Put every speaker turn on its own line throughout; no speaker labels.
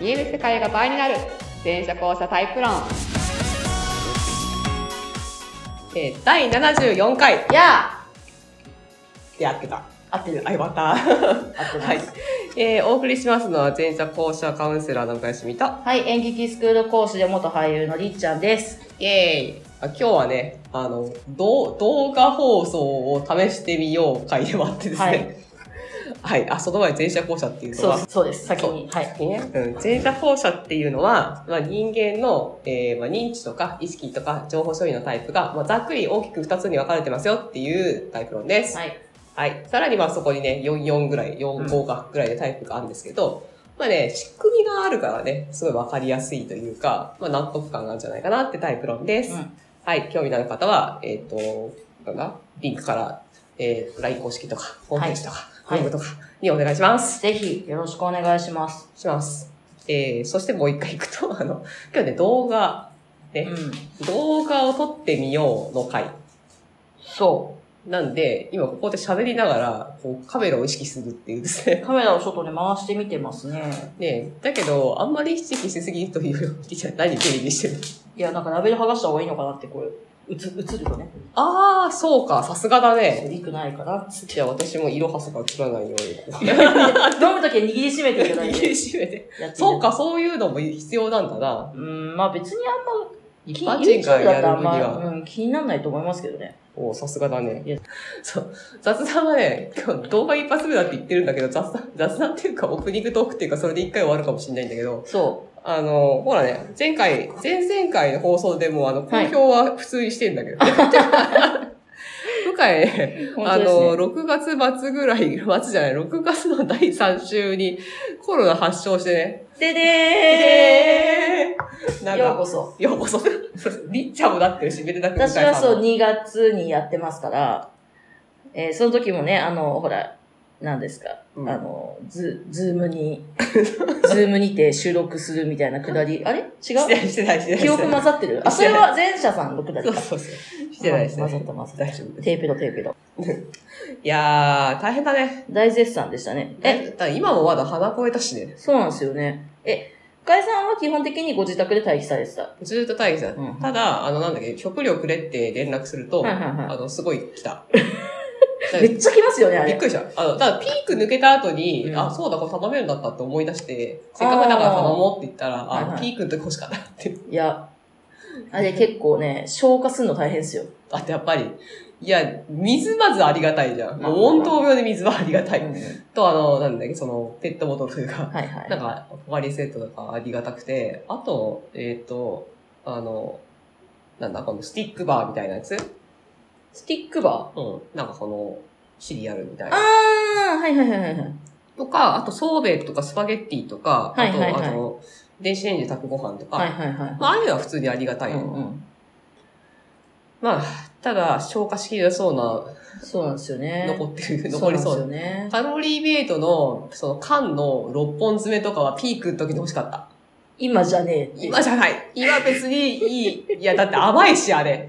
見える世界が倍になる全社交差タイプ論
えー第74回
や
で合ってた。
あってる
あ、よかった。はい。えーお送りしますのは前者校舎カウンセラーの向井しみと。
はい演劇スクール講師で元俳優のりっちゃんです
イエーイあ今日はね、あの、どう動画放送を試してみよう回でもあってですね。はい。あ、その前に前者校舎っていうの
そ
は
う、そうです先にはい
ね、うん、前者放射っていうのは、まあ、人間の、えーまあ、認知とか意識とか情報処理のタイプが、まあ、ざっくり大きく2つに分かれてますよっていうタイプ論です。
はい
はい。さらにまあそこにね、44ぐらい、
うん
45かぐらいでタイプがあるんですけど、まあね、仕組みがあるからね、すごい分かりやすいというか、まあ納得感があるんじゃないかなってタイプ論です。
うん
はい。興味のある方は、えっ、と、なんだリンクから、えー、LINE 公式とか、ホームページとか、
はい
ブログとかにお願いします。
ぜひよろしくお願いします
します。えー、そしてもう一回行くと、あの、今日ね、動画、
う
ね、
ん
動画を撮ってみようの回。
そ
なんで、今ここで喋りながら、こう、カメラを意識するっていうです
う
ね。
カメラを外に回してみてますね
ねだけど、あんまり意識しすぎというより、じゃあ何テレビしてる
いやなんかラベル剥がした方がいいのかなってこれ映映るとね
あー、そうか、さすがだね。
良くない かな
じゃあ私も色はさが映らないようにこう。
飲むときは握りしめていただい
握
て
りしめて。
やっていただいて
そうか、そういうのも必要なんだな。
うんまあ別にあんま
一般人がやるには。
うん、気にならないと思いますけどね。
おさすがだね
いや。
そう。雑談はね、今日動画一発目だって言ってるんだけど、雑談、雑談っていうかオープニングトークっていうか、それで一回終わるかもしれないんだけど、
そ
あの、ほらね、前回、前々回の放送でも、あの、公
はい
表は普通にしてん だけど。向井ね、
う。
あの、
本当で
6月末ぐらい、末じゃない、6月の第3週にコロナ発症してね、
すね。でで
えーな
ー
ん
んよう
か、
こそ。
よう こそ、りっちゃんもなってるし、めでたく向井
私
さんも
はそう、2月にやってますから、えーその時もね、あの、ほら、何ですか、
うん
あの、ズ、ズームに、 ズームにて収録するみたいなくだり、あれ違
して
う
ない、してない、してない。
記憶混ざってるあ、それは前者さんのくだり
そう
か。
そうそう。してないしてな
混ざっ
い。
た混ざった。
大丈夫です。
テーペロテーペロ。
いやー、大変だね。
大絶賛でしたね。え、
え、だから今もまだ鼻声だしね。
そうなんですよね。え、深井さんは基本的にご自宅で待機されてた。
ずーっと待機だ。
うん
ただ、あの、なんだっけ、食料くれって連絡すると、
はいはいはい
あの、すごい来 た。
めっちゃ来ますよね、あ
びっ
れ。
くりした。あの、ただピーク抜けた後に、
うん
あ、そうだ、これ頼めるんだったって思い出して、せっかくだから頼もうって言ったら、あ、
はいはい
ピークの時欲しかったって。
いや、あれ結構ね、消化するの大変ですよ。
あとやっぱり、いや、水まずありがたいじゃん。
まあ
もう温湯病で水はありがた
う
い。
ん
と、あの、なんだっけ、その、ペットボトルというか、
はいはい。
なんか、ポカリセットとかありがたくて、あと、えっ、と、あの、なんだ、このスティックバーみたいなやつ
スティックバ
うん。なんかこの、シリアルみたい
ーあ
な。
ー、はいはいはいはいはい。
とか、あと、ソーベルとかスパゲッティとか、
はいはいはい
あと、あの、電子レンジで炊くご飯とか、
はいはいはい。
まあ、ああいうのは普通にありがたい。
うんうん、
まあ、ただ、消化しきれなそうな、
そうなんですよね。
残ってる、残りそう
なんですよね。
カロリーメイトの、その缶の6本詰めとかはピークの時に欲しか った。
今じゃねえ。
今じゃない。今別にいい。いや、だって甘いし、あれ。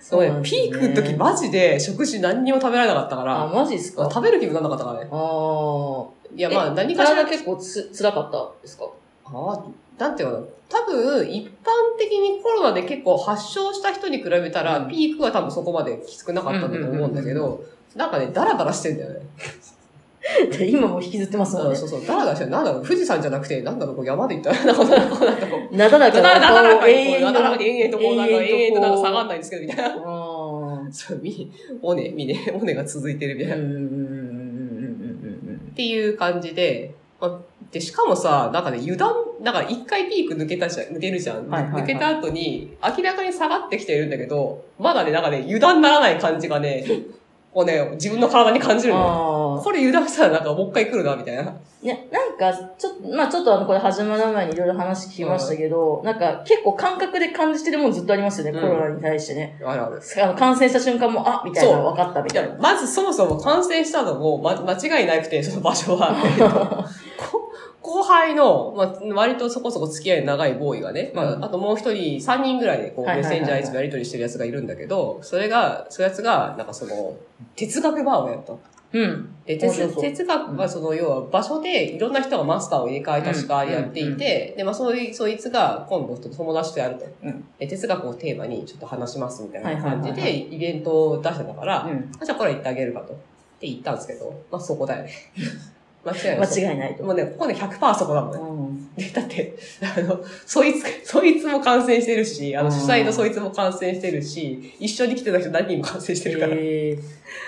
そ
そうう
ね
なん、ですよ
ピ
ね
ークの時マジで食事何にも食べられなかったか
あ、
ら、
マジっすかあ
食べる気分がなかったからね。
ー。
いや、まあ
え
何かしら
体結構つ、辛かったで すか
ああ、なんていうかな。多分、一般的にコロナで結構発症した人に比べたら、
うん
ピークは多分そこまできつくなかったんだと思うんだけど、なんかね、ダラダラしてんだよね。
で今もう引きずってます
そ
もん
う
ね
そうそう、ダラダラしてる。なんだろう、富士山じゃなくて、なんだろう、こう山で行ったら、なんかこう、なんかこう、なんかこう、
なだらか
だらだら
な
だ
顔
ら
を永遠
だらだら
の。
永遠とこう、なんか永遠となんか下がんないんですけど、みたいな。
あー
そう、み、おね、みね、おねが続いてるみたいな。
う
っ
んうんうんうんうんうんうん
ていう感じで、まあで、しかもさ、なんかね、油断、なんか一回ピーク抜けたじゃん、抜けるじゃん。
はいはいはい
抜けた後に、明らかに下がってきてるんだけど、まだね、なんかね、油断ならない感じが ね、こうね、自分の体に感じるのよ。
あー
これ油断したらなんかもう一回来るな、みたいな。
ね、なんか、ちょっと、まあちょっとあの、これ始まる前にいろいろ話聞きましたけど、なんか結構感覚で感じてるもんずっとありますよ
う
ね、
ん
コロナに対してね。
あるある。
あの、感染した瞬間も、あ、みたいな、
そう
分かった、み
い
たい
や
な。、
まずそもそも感染したのも、ま、間違いなくて、その場所は。えっ とこ後輩の、まあ、割とそこそこ付き合い長いボーイがね、ま
うん
あ、あともう一人、三人ぐらいで、こう、
はい
メ
は
ッ
いはいはい
センジャーいつもやり取りしてるやつがいるんだけど、それが、そういうやつが、なんかその、哲学バーをやった。
うん。
で
そうそう
哲
そう
哲学はその、要は場所でいろんな人がマスターを入れ替えたしかやっていて、で、まあそういう、そいつが今度友達とやると、
うん
で哲学をテーマにちょっと話しますみたいな
はいはい
感
はい
じ
はい
でイベントを出してたから、
うん。
あじゃあこれ言ってあげるかと。って言ったんですけど、まあそこだよね。 間違いない。
間違いないと。
もうね、ここね100%そこだもんね。
う
で、
ん。
だって、あの、そいつ、そいつも感染してるし、あ
う
の、
ん
主催のそいつも感染してるし、一緒に来てた人何人も感染してるから。
へえで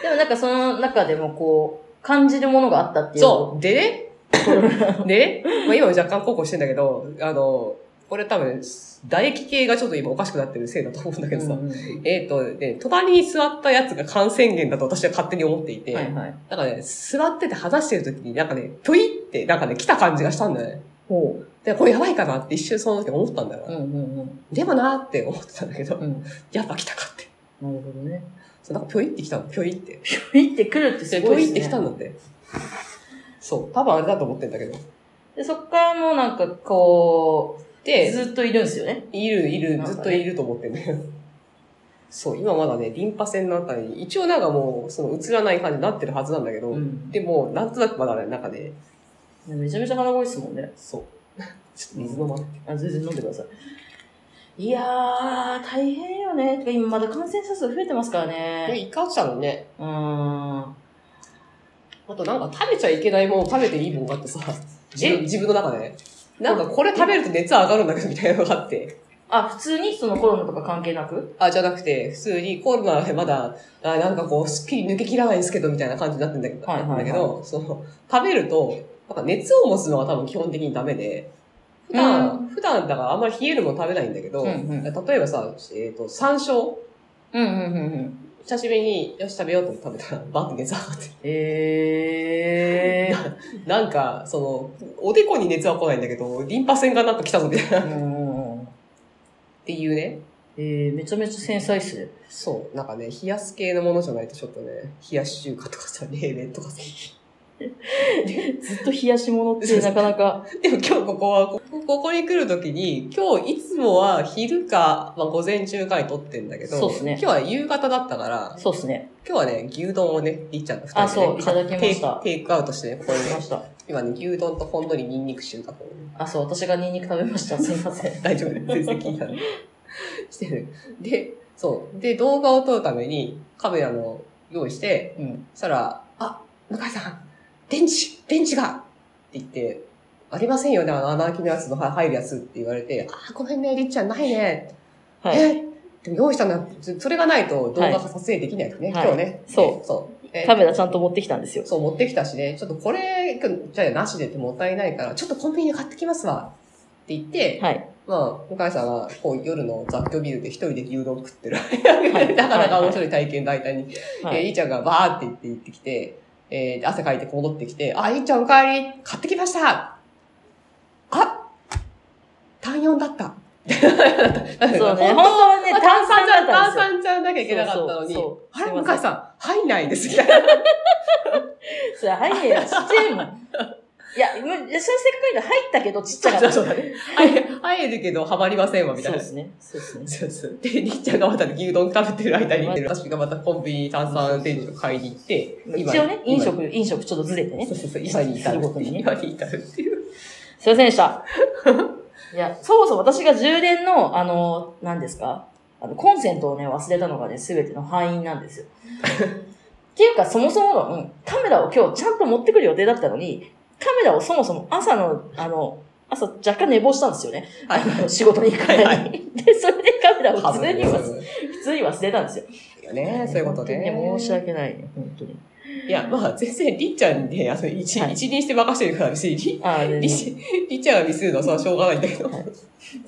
もなんかその中でもこう、感じるものがあったっていう。
そう。でね、 でね、まあ今若干高校してんだけど、あの、これ多分、唾液系がちょっと今おかしくなってるせいだと思うんだけどさ。
うんうん
えっ、と、ね、隣に座ったやつが感染源だと私は勝手に思っていて、
はいはい。
なんかね、座ってて話してる時になんかね、ぷいってなんかね、来た感じがしたんだよね。
ほう。
で、これやばいかなって一瞬その時思ったんだよ
う
な。
んうんうん。
でもなーって思ってたんだけど、
うん。な
やっぱ来たかって。
るほどね。
そう、なんかぴょいって来たの、ぴょいって。
ピッて来るって
ぴ
すご
ょ
いです
いっ
ね。
て来たんだって。そう、多分あれだと思ってんだけど。
で、そっからもうなんかこう、
で、
ずっといるんですよね。
いる、いる
な、んかね
ずっといると思ってんだよ。そう、今まだね、リンパ腺のあたりに、一応なんかもう、その、映らない感じになってるはずなんだけど、
ん。
でも、なんとなくまだね、なんかね、
めちゃめちゃ鼻声ですもんね。
そう。 ちょっと水飲まなくて。
あ、全然飲んでください。いやー、大変よね。てか今まだ感染者数増えてますから
これ、
ね。
イカちゃんね、
うーん。
あとなんか食べちゃいけないもん食べていいもんがあってさ、自分自分の中でね。なんかこれ食べると熱上がるんだけどみたいなのがあって。
あ、普通にそのコロナとか関係なく
あ、じゃなくて、普通にコロナでまだ、あなんかこう、スッキリ抜けきらないんですけど、みたいな感じになってんだけど、
はいはいはい
だけど、その、食べると、なんか熱を持つのが多分基本的にダメで、普段、
う
普段だからあんまり冷えるもの食べないんだけど、
うんうん
例えばさ、えっ、と、山椒、
うんうんうんうん。
久しぶりに、よし食べようと思って食べたら、バンって熱上がって。
え ー。
なんか、その、おでこに熱は来ないんだけど、リンパ腺がなんか来たぞみたいな、っ
うん
ていうね。
えー、めちゃめちゃ繊細っすね。
そう、なんかね、冷やす系のものじゃないとちょっとね、冷やし中華とかさ、冷麺とかさ。
ずっと冷やし物ってなかなか。
でも今日ここは、ここここに来るときに、今日いつもは昼か、まあ午前中かに撮ってんだけど、
そうっすね
今日は夕方だったから、
そうっすね。
今日はね、牛丼をね、りっちゃんと二人で、ね、
あそういただきました
テイクテイクアウトしてね、ここに
来ま
ね、
した。
今ね、牛丼とほんのりニンニク収穫をね
あ、そう、私がニンニク食べました。すいません。
大丈夫です。全然聞いたの。してる。で、そう。で、動画を撮るためにカメラの用意して、
うん。
そしたら、あ、向井さん、電池、電池がって言って、ありませんよね、あの穴開きのやつのは入るやつって言われて、あー、ごめんね、りっちゃん、ないね。
はい。
えでも用意したんだ。それがないと動画が撮影できないとね、
はい
今日ね。。
そう
そう。え
カメラちゃんと持ってきたんですよ。
そう、持ってきたしね、ちょっとこれ、じゃあなしでってもったいないから、ちょっとコンビニで買ってきますわ。って言って、
はい。
まあ、向井さんが、こう、夜の雑居ビルで一人で牛丼食ってる。
い
なかなか面白い体験、大体に。
は
えー、
い。
いーちゃんがバーって言って行ってきて、えーで、汗かいて戻ってきて、あ、いーちゃんお帰り買ってきましたあ単4だ った
そうね。本当
本
はね、
当は
炭
炭酸
酸
じゃ、
だったん
炭
ですよ。
酸じゃなきゃいけなかったのに、
そうそう
あれ
すい
向
ま
井
せん
さん、入んないです、みた いな。
それ入んねえよ。ちっちゃいもん。 いや、むそれせっかく入ったけど、ちっちゃかった。
そ
そう
うだね。入入るけど、はまりませんわ、みたいな
で。すね。そうですね。
そうそう。で、りっちゃんがまた牛丼食べてる間に、私がまたコンビニ炭酸電池を買いに行って、
一応ね、飲
ね。
食、飲食ちょっとずれてね
そ。うそうそう、今に至るっていう。今に至るっていう。
すいませんでした。いや、そもそも私が充電の、あの、何ですかあの、コンセントをね、忘れたのがね、すべての敗因なんですよ。っていうか、そもそもの、うんカメラを今日ちゃんと持ってくる予定だったのに、カメラをそもそも朝の、あの、朝若干寝坊したんですよね。
はい
あ の仕事に行くからに。 で、それでカメラを
多
普
分
通に
ね
忘れ、普通に忘れたんですよ。
よね。そういうことね。
本当にね申し訳ないね、本当に。
いや、まあ、全然、りっちゃんで、あの、一、
はい
一任して任せてるから、別に、り、
あ ー、全
り
然
ちりっちゃんがミスるのは、それはしょうがないんだけど。
はい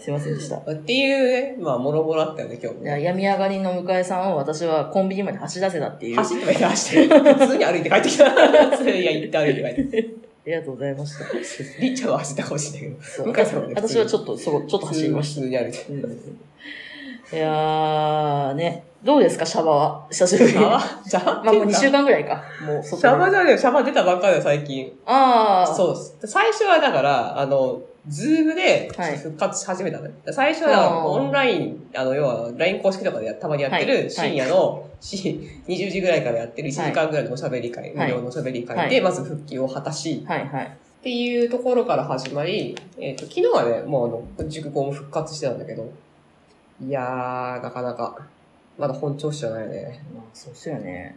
すいませんでした。
っていうね、まあ、もろもろあったよね、今日
いや
ね。
病み上がりの向井さんを私はコンビニまで走らせたっていう。
走ってはいた、走ってる。普通に歩いて帰ってきた。普通に、いや、行って歩いて帰って
ありがとうございました。
きた。りっちゃんは走ったかもしれないけど。
そう
向井さんはね
私は
普通に
ちょっと、そう、ちょっ
普
と走
通
り
に
ま
普
し
通に歩いて。
た。うんいやー、ね。どうですか、シャバは。久しぶり
シャ
に。ま
バシャバ
あ、もう2週
シ
間ぐらいか。もう、そ
ャバ
あ
じゃねえよシャバ出たばっかりだよ、最近。
あー。
そうです。最初はだから、あの、ズームで
はい
復活し始めたのね。最初は
あー
オンライン、あの、要は LINE 公式とかでやたまにやって
はいはい
る深夜のし20時ぐらいからやってる1時間ぐらいのおしゃべり会、
はい
無料のおしゃべり
は
会
い
でまず復帰を果たし、
はいはい。
っていうところから始まり、えっ、と、昨日はね、もうあの、塾校も復活してたんだけど、いやー、なかなか、まだ本調子じゃないね。
まあ、そうっすよね。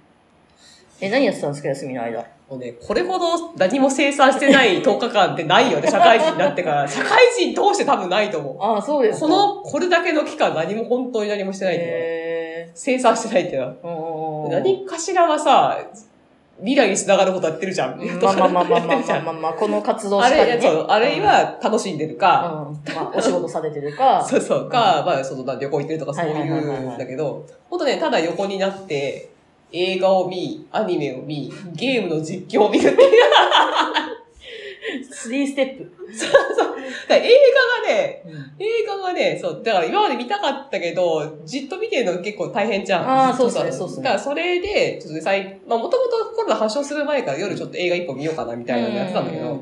え、何やってたんですか、休みの間。
もうね、これほど何も生産してない10日間ってないよ ね、社会人になってから。社会人通して多分ないと思う。
ああ、そうですか。
この、これだけの期間何も本当に何もしてないっていうのは、
へ
生産してないっていうのは、
ー。おー
何かしらはさ、未来に繋がることやってるじゃん。
まあまあま
や
あまあ
っ
ま
て
あ
るじ
ま
ゃ
あ
ん
まあまあ、この活動
あ
しか
れ、
りね。
そう、あるいは楽しんでる
うん、
か、
まあ、お仕事されてるか。
そうそう、か、まあ、その、な旅行行ってるとかそうい
はいはいはいはいうは
ん
い
だけど、ほんとね、ただ横になって、映画を見、アニメを見、ゲームの実況を見るっていう。
3ステップ。
だから映画がね、映画がね、そう、だから今まで見たかったけど、じっと見てるの結構大変じゃん。
あー
じっと
そうっすね
さ
そうっすね
だからそれで、ちょっとね最、まあもともとコロナ発症する前から夜ちょっと映画一本見ようかなみたいなのやってたんだけ
う
ど、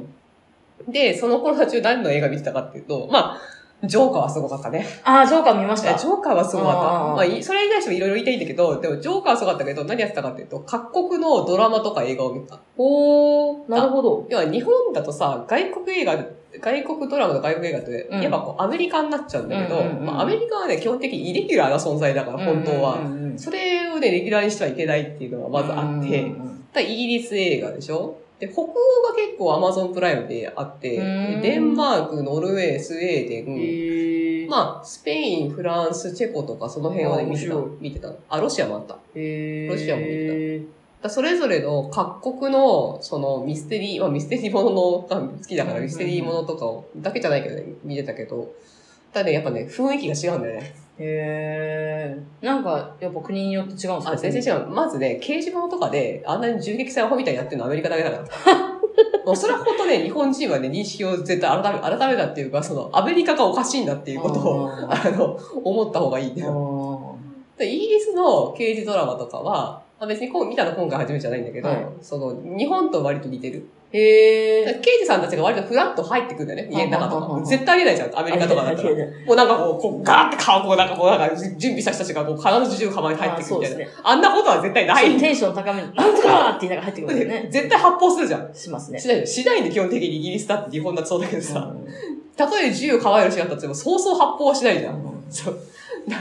で、そのコロナ中何の映画見てたかっていうと、まあ、ジョーカーはすごかったね。
ああ、ジョーカー見まし
いや
た
ジ。ョーカーはすごかった。
あー
まあ、いそれに対してもいろいろ言いたいんだけど、でもジョーカーはすごかったけど、何やってたかっていうと、各国のドラマとか映画を見た。
おー、なるほど。
要は日本だとさ、外国映画、外国ドラマと外国映画って、
うん
やっぱこうアメリカになっちゃうんだけど、
うんうんうん
まあ、アメリカはね、基本的にイレギュラーな存在だから、本当は。
うんうんうんうん
それをね、レギュラーにしてはいけないっていうのがまずあって、
うんう
だか
んうん
らイギリス映画でしょで、北欧が結構アマゾンプライムであって、
うん
でデンマーク、ノルウェー、スウェーデン、
へー。
まあ、スペイン、フランス、チェコとかその辺をね、
あ
見てた
面白。
見てた。あ、ロシアもあった。だか
へー
ロシアも見らそれぞれの各国の、そのミステリー、まあミステリーものが好きだか
うん
ら
うんうん
ミステリーものとかを、だけじゃないけどね、見てたけど、ただね、やっぱね、雰囲気が違うんだよね。
へー。なんか、やっぱ国によって違うんですか
あ、全然違う。まずね、刑事物とかで、あんなに銃撃戦アホみたいにやってるのアメリカだけ だから。もうそれは本当ね、日本人はね、認識を絶対改め、改めたっていうか、その、アメリカがおかしいんだっていうことを、
あ
あの、思った方がいいんだよ。
ー
でイギリスの刑事ドラマとかは、まあ、別にこう見たの今回初めてじゃないんだけど、
はい
その、日本と割と似てる。
へ
だ
ー
から刑事さんたちが割とフラッと入ってくるんだよね、家の中
あああ
と
あ
か。絶対ありえないじゃん、アメリカとかだったら。もうなんかこう、こうガーって顔こうなんかこうなんか準備した人たちがこう必ず銃構えて入って
あ
くる
そう
み
で
たい
す
な。
ね。
あんなことは絶対な
ちょっと
い。
テンション高めに、なんとかって言いながら入ってくるんですね。
絶対発砲するじゃん。
しますね
し。ないよしないんで基本的にイギリスだって日本だってそうだけどさ。
う
たとえ銃を構える人だったとしても、そうそう発砲はしないじゃん。
ん
そう。だ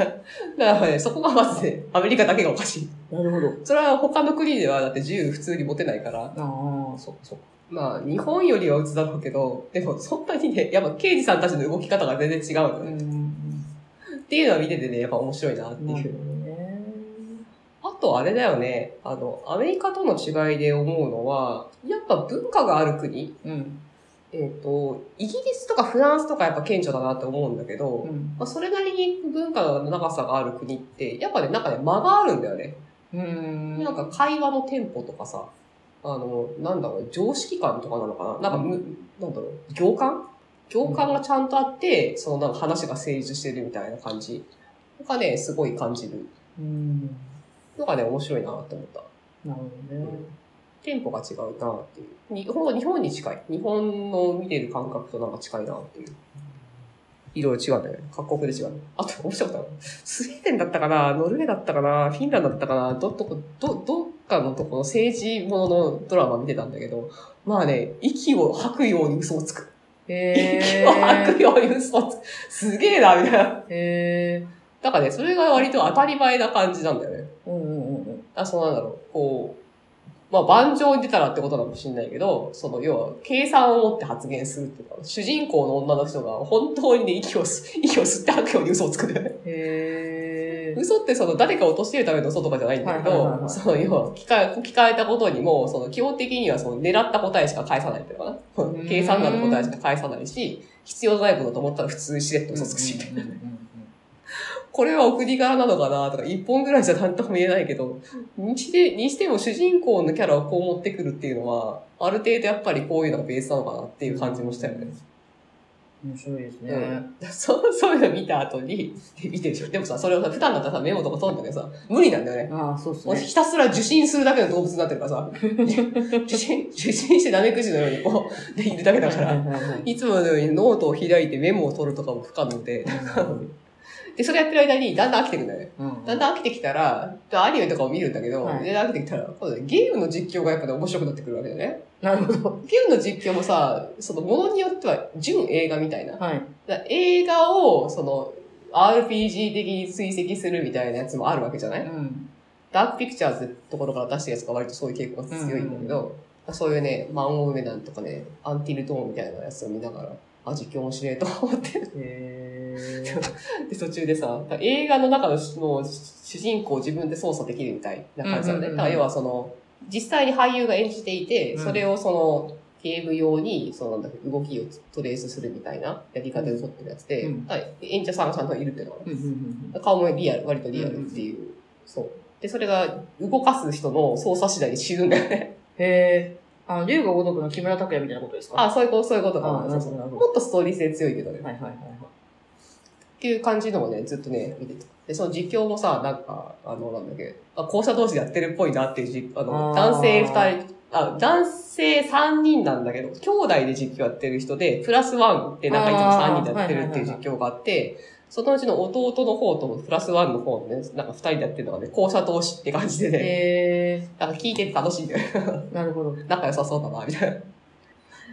だからね、そこがまずね、アメリカだけがおかしい。
なるほど。
それは他の国ではだって銃普通に持てないから、
ああ、そっかそっか。
まあ日本よりは打つだろうけど、でもそんなにね、やっぱ刑事さんたちの動き方が全然違うの
う
ね、
ん。
っていうのは見ててね、やっぱ面白いなって
な
いう
る
う。
ほどね。
あとあれだよね、あの、アメリカとの違いで思うのは、やっぱ文化がある国、
うん。
えっ、と、イギリスとかフランスとかやっぱ顕著だなって思うんだけど、
うん。
まあ、それなりに文化の長さがある国って、やっぱね、なんかね、間があるんだよね。
うん。
なんか会話のテンポとかさ、あの、なんだろう、常識感とかなのかななんかむ、なんだろう、行間行間がちゃんとあって、そのなんか話が成立してるみたいな感じ。とかね、すごい感じる。
うん。
のがね、面白いなって思った。
なるほどね。
テンポが違うなっていう。にほんと日本に近い。日本の見てる感覚となんか近いなっていう。いろいろ違うんだよね。各国で違う。あと、面白かったのスウェーデンだったかなノルウェーだったかなフィンランドだったかなど、どこ、ど、どっかのとこの政治もののドラマ見てたんだけど、まあね、息を吐くように嘘をつく。息
へ
を吐 く
ー。
ように嘘をつく。すげえな、みたいな。
へ
だからね、それが割と当たり前な感じなんだよね。
ー。うんうんうんうん。
あ、そうなんだろう。こう、まあ、盤上に出たらってことなのかもしれないけど、その、要は、計算を持って発言するっていうか、主人公の女の人が本当にね、息を吸、 息を吸って吐くように嘘をつくんだよね。
へー。
嘘ってその、誰かを落としてるための嘘とかじゃないんだけ
はいはいはいは
ど、
い
その、要は、聞か、聞かれたことにも、その、基本的にはその、狙った答えしか返さないっていうのか
う
な。
ん
計算なる答えしか返さないし、必要ないことだと思ったら普通にしれっと嘘つくし、みたいな
うんうんうんうん
これはお国柄なのかなとか、一本ぐらいじゃなんとも言えないけど、にして、にしても主人公のキャラをこう持ってくるっていうのは、ある程度やっぱりこういうのがベースなのかなっていう感じもしたよね。
面白いですね。
うん そう、そういうの見た後に、見てるでしょ。でもさ、それをさ、普段だったらさ、メモとか取るんだけどさ、無理なんだよね。
ああ、そうです
俺
ね。
ひたすら受信するだけの動物になってるからさ、 受信、受信してナメクジのようにこう、でいるだけだか
はい
ら、
はいはいはい
いつものようにノートを開いてメモを取るとかも不可能 で、で、それやってる間にだんだん飽きてくるんだよね。
うん
だんだん飽きてきたら、アニメとかを見るんだけど、
はい
でだんだん飽きてきたら、今度ねゲームの実況がやっぱね面白くなってくるわけだよね。
なるほど。
ゲームの実況もさ、そのものによっては純映画みたいな。
はい。
だから映画を、その、RPG 的に追跡するみたいなやつもあるわけじゃない
うん。
ダークピクチャーズってところから出してるやつが割とそういう傾向が強いんだけど、そういうね、マン・オブ・メダンとかね、アンティル・トーンみたいなやつを見ながら、あ、実況面白いと思って。
へ
で、途中でさ、映画の中のもう主人公を自分で操作できるみたいな感じなんだ
うんうんうんう
ね。
ん
だから要はその、実際に俳優が演じていて、
うん
それをその、ゲーム用に、そのなんだっけ動きをトレースするみたいなやり方で撮ってるやつで、
うん
だから演者さんがちゃんといるっていうのが
うんうんうん
顔もリアル、割とリアルっていう。そう。で、それが動かす人の操作次第で死ぬんだよね。
へーあの、龍が如くの木村拓哉みたいなことですか
あ、そういうこと、そういうことか
あ
な。
なる
そう
ほ
そ
どな
う
るほど
もっとストーリー性強いけどね。
はいはいはいはい。
っていう感じのをね、ずっとね、見てた。で、その実況もさ、なんか、あの、なんだっけ、あ校舎同士でやってるっぽいなっていう実、あの、
あー
男性二人、あ、男性三人なんだけど、兄弟で実況やってる人で、プラスワンでなんかいつも三人でやってるっていう実況があって、そのうちの弟の方とプラスワンの方のね、なんか二人でやってるのがね、校舎同士って感じでね、
へ
なんか聞いてて楽しいんだよね。
ーなるほど。
仲良さそうだな、みたいな。っ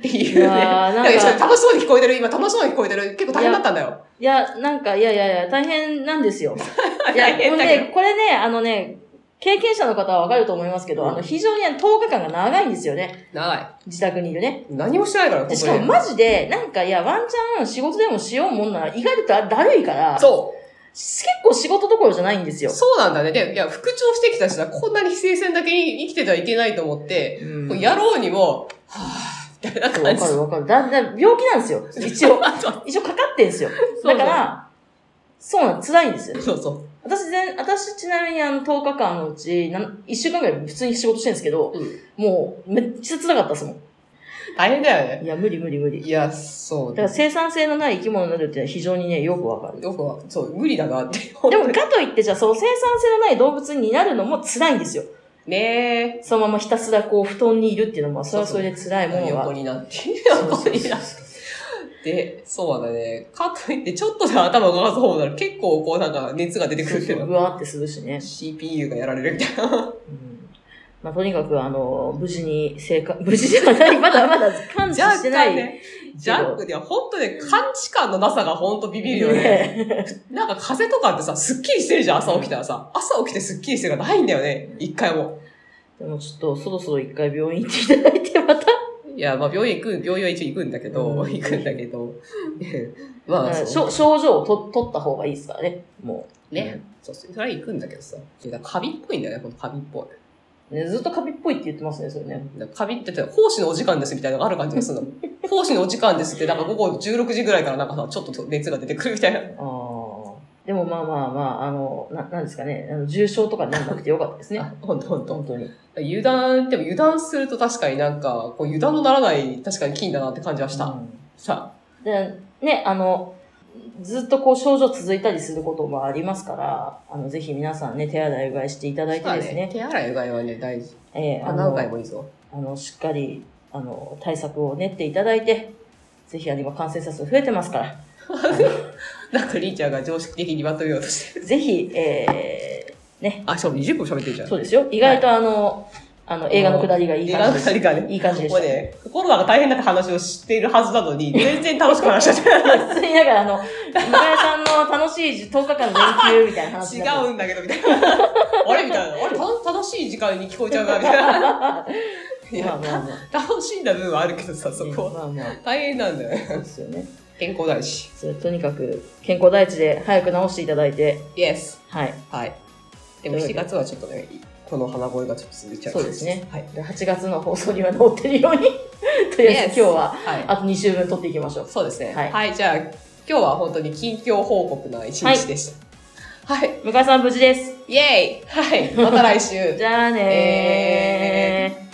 ていう
い
ね。
やー
な
な
か
んんか
一緒に楽しそうに聞こえてる、今楽しそうに聞こえてる、結構大変だったんだよ。
いや、なんか、いやいやいや、大変なんですよ。いや、
大変
ほん
だけど
で、これね、あのね、経験者の方はわかると思いますけど、
うん
あの、非常にね10日間が長いんですよね。
長い。
自宅にいるね。
何もしてないから、ここ
で
で
しかもマジで、なんか、いや、ワンチャン仕事でもしようもんなら、意外とだだるいから、
そ
結構仕事どころじゃないんです
う。
よ。
そうなんだね。で、いや、復調してきたしさ、こんなに非生線だけに生きててはいけないと思って、
うん
こうやろうにも、はぁ、みたいな
わか
感じ。
るわかる。だ、だ、病気なんですよ。一応、一応かかってんですよ。
そう
だから、そうなん、辛いんですよ。
そうそう。
私全、私ちなみにあの10日間のうち、なん1週間ぐらい普通に仕事してるんですけど、
うん
もうめっちゃ辛かったですもん。
大変だよね。
いや、無理無理無理。
いや、そう
だから生産性のない生き物になるっていうのは非常にね、よくわかる。
よくは、そう、無理だなって。
でも、かといって、じゃあ、その生産性のない動物になるのも辛いんですよ。
ねえ。
そのままひたすらこう、布団にいるっていうのも、それはそれで辛いもの
横
が。
になって、
そうそう
横
そう
になって。そうなんだね。かといって、ちょっとで頭が動かす方なら結構こうなんか熱が出てく
そう
るって
そ
いうの
う、ぐわーってするしね。
CPU がやられるみたいな。
うんまあ、とにかく、あの、無事に生活、無事じゃない、まだまだ完治してな
若干
い。
ね。ジャックでは本当ね、感知感のなさが本当ビビるよね。
ね
なんか風邪とかってさ、すっきりしてるじゃん、朝起きたらさ。朝起きてすっきりしてるがないんだよね、一回も。
でもちょっと、そろそろ一回病院行っていただいて、また、
いや、まあ病院行く、病院は一応行くんだけど、
うん
行くんだけど。 まあ、
うんし
そう
ょ症状をと取った方がいいですからね。も
ね。そうそう。それは行くんだけどさ。いやだからカビっぽいんだよね、このカビっぽい。
う。ね、ずっとカビっぽいって言ってますね、それね。
だからカビって言って、奉仕のお時間ですみたいなのがある感じがするの。奉仕のお時間ですって、なんか午後16時ぐらいからなんかさ、ちょっと熱が出てくるみたいな。
あーでもまあまあまあ、あの、な、なんですかね、あの重症とかにならなくてよかったですね。
あ、ほんとほんと。
本当に。
油断、でも油断すると確かになんか、こう油断のならない、確かに金だなって感じはした。
うん
さ
で、ね、あの、ずっとこう症状続いたりすることもありますから、あの、ぜひ皆さんね、手洗いうがいしていただいてですね、
手洗いうがいはね、大事。
えーあ
あ、何
の、
回もいいぞ。
あの、しっかり、あの、対策を練っていただいて、ぜひ、あの、今感染者数増えてますから、
なんか、リーちゃんが常識的にまとめようとして。
ぜひ、えー、ね、
あ、しかも20分喋ってるじゃん。
そうですよ。意外とあの、あの、映画のくだりがいい
映画
感
の
じで
二
し
人がね、
いい感じでした
もうね、コロナが大変な話を知っているはずなの に、全然楽しく話しちゃ
た。普通にだから、あの、今井さんの楽しい10日間の連休みたいな話になって
違うんだけど、みたいな。 あれみたいな。あれ楽楽しい時間に聞こえちゃうな、みたいな。 い や、
まあまあまあ。
楽しんだ部分はあるけどさ、そこは。
まあまあ。
大変なんだよね。
そうですよね。
健康大事。
それとにかく、健康第一で早く治していただいて、
イエス。
はい。
はい。でも7月はちょっとね、この鼻声がちょっと続いちゃう。
そうですね。
はい。
で8月の放送には載ってるように、 とりあえず今日は、
はい。
あと2週分撮っていきましょう。
そうですね。は、
はいい
じゃあ、今日は本当に近況報告な一日でした。はい。
向井さん無事です。
イェーイはい。また来週。
じゃあねー。
え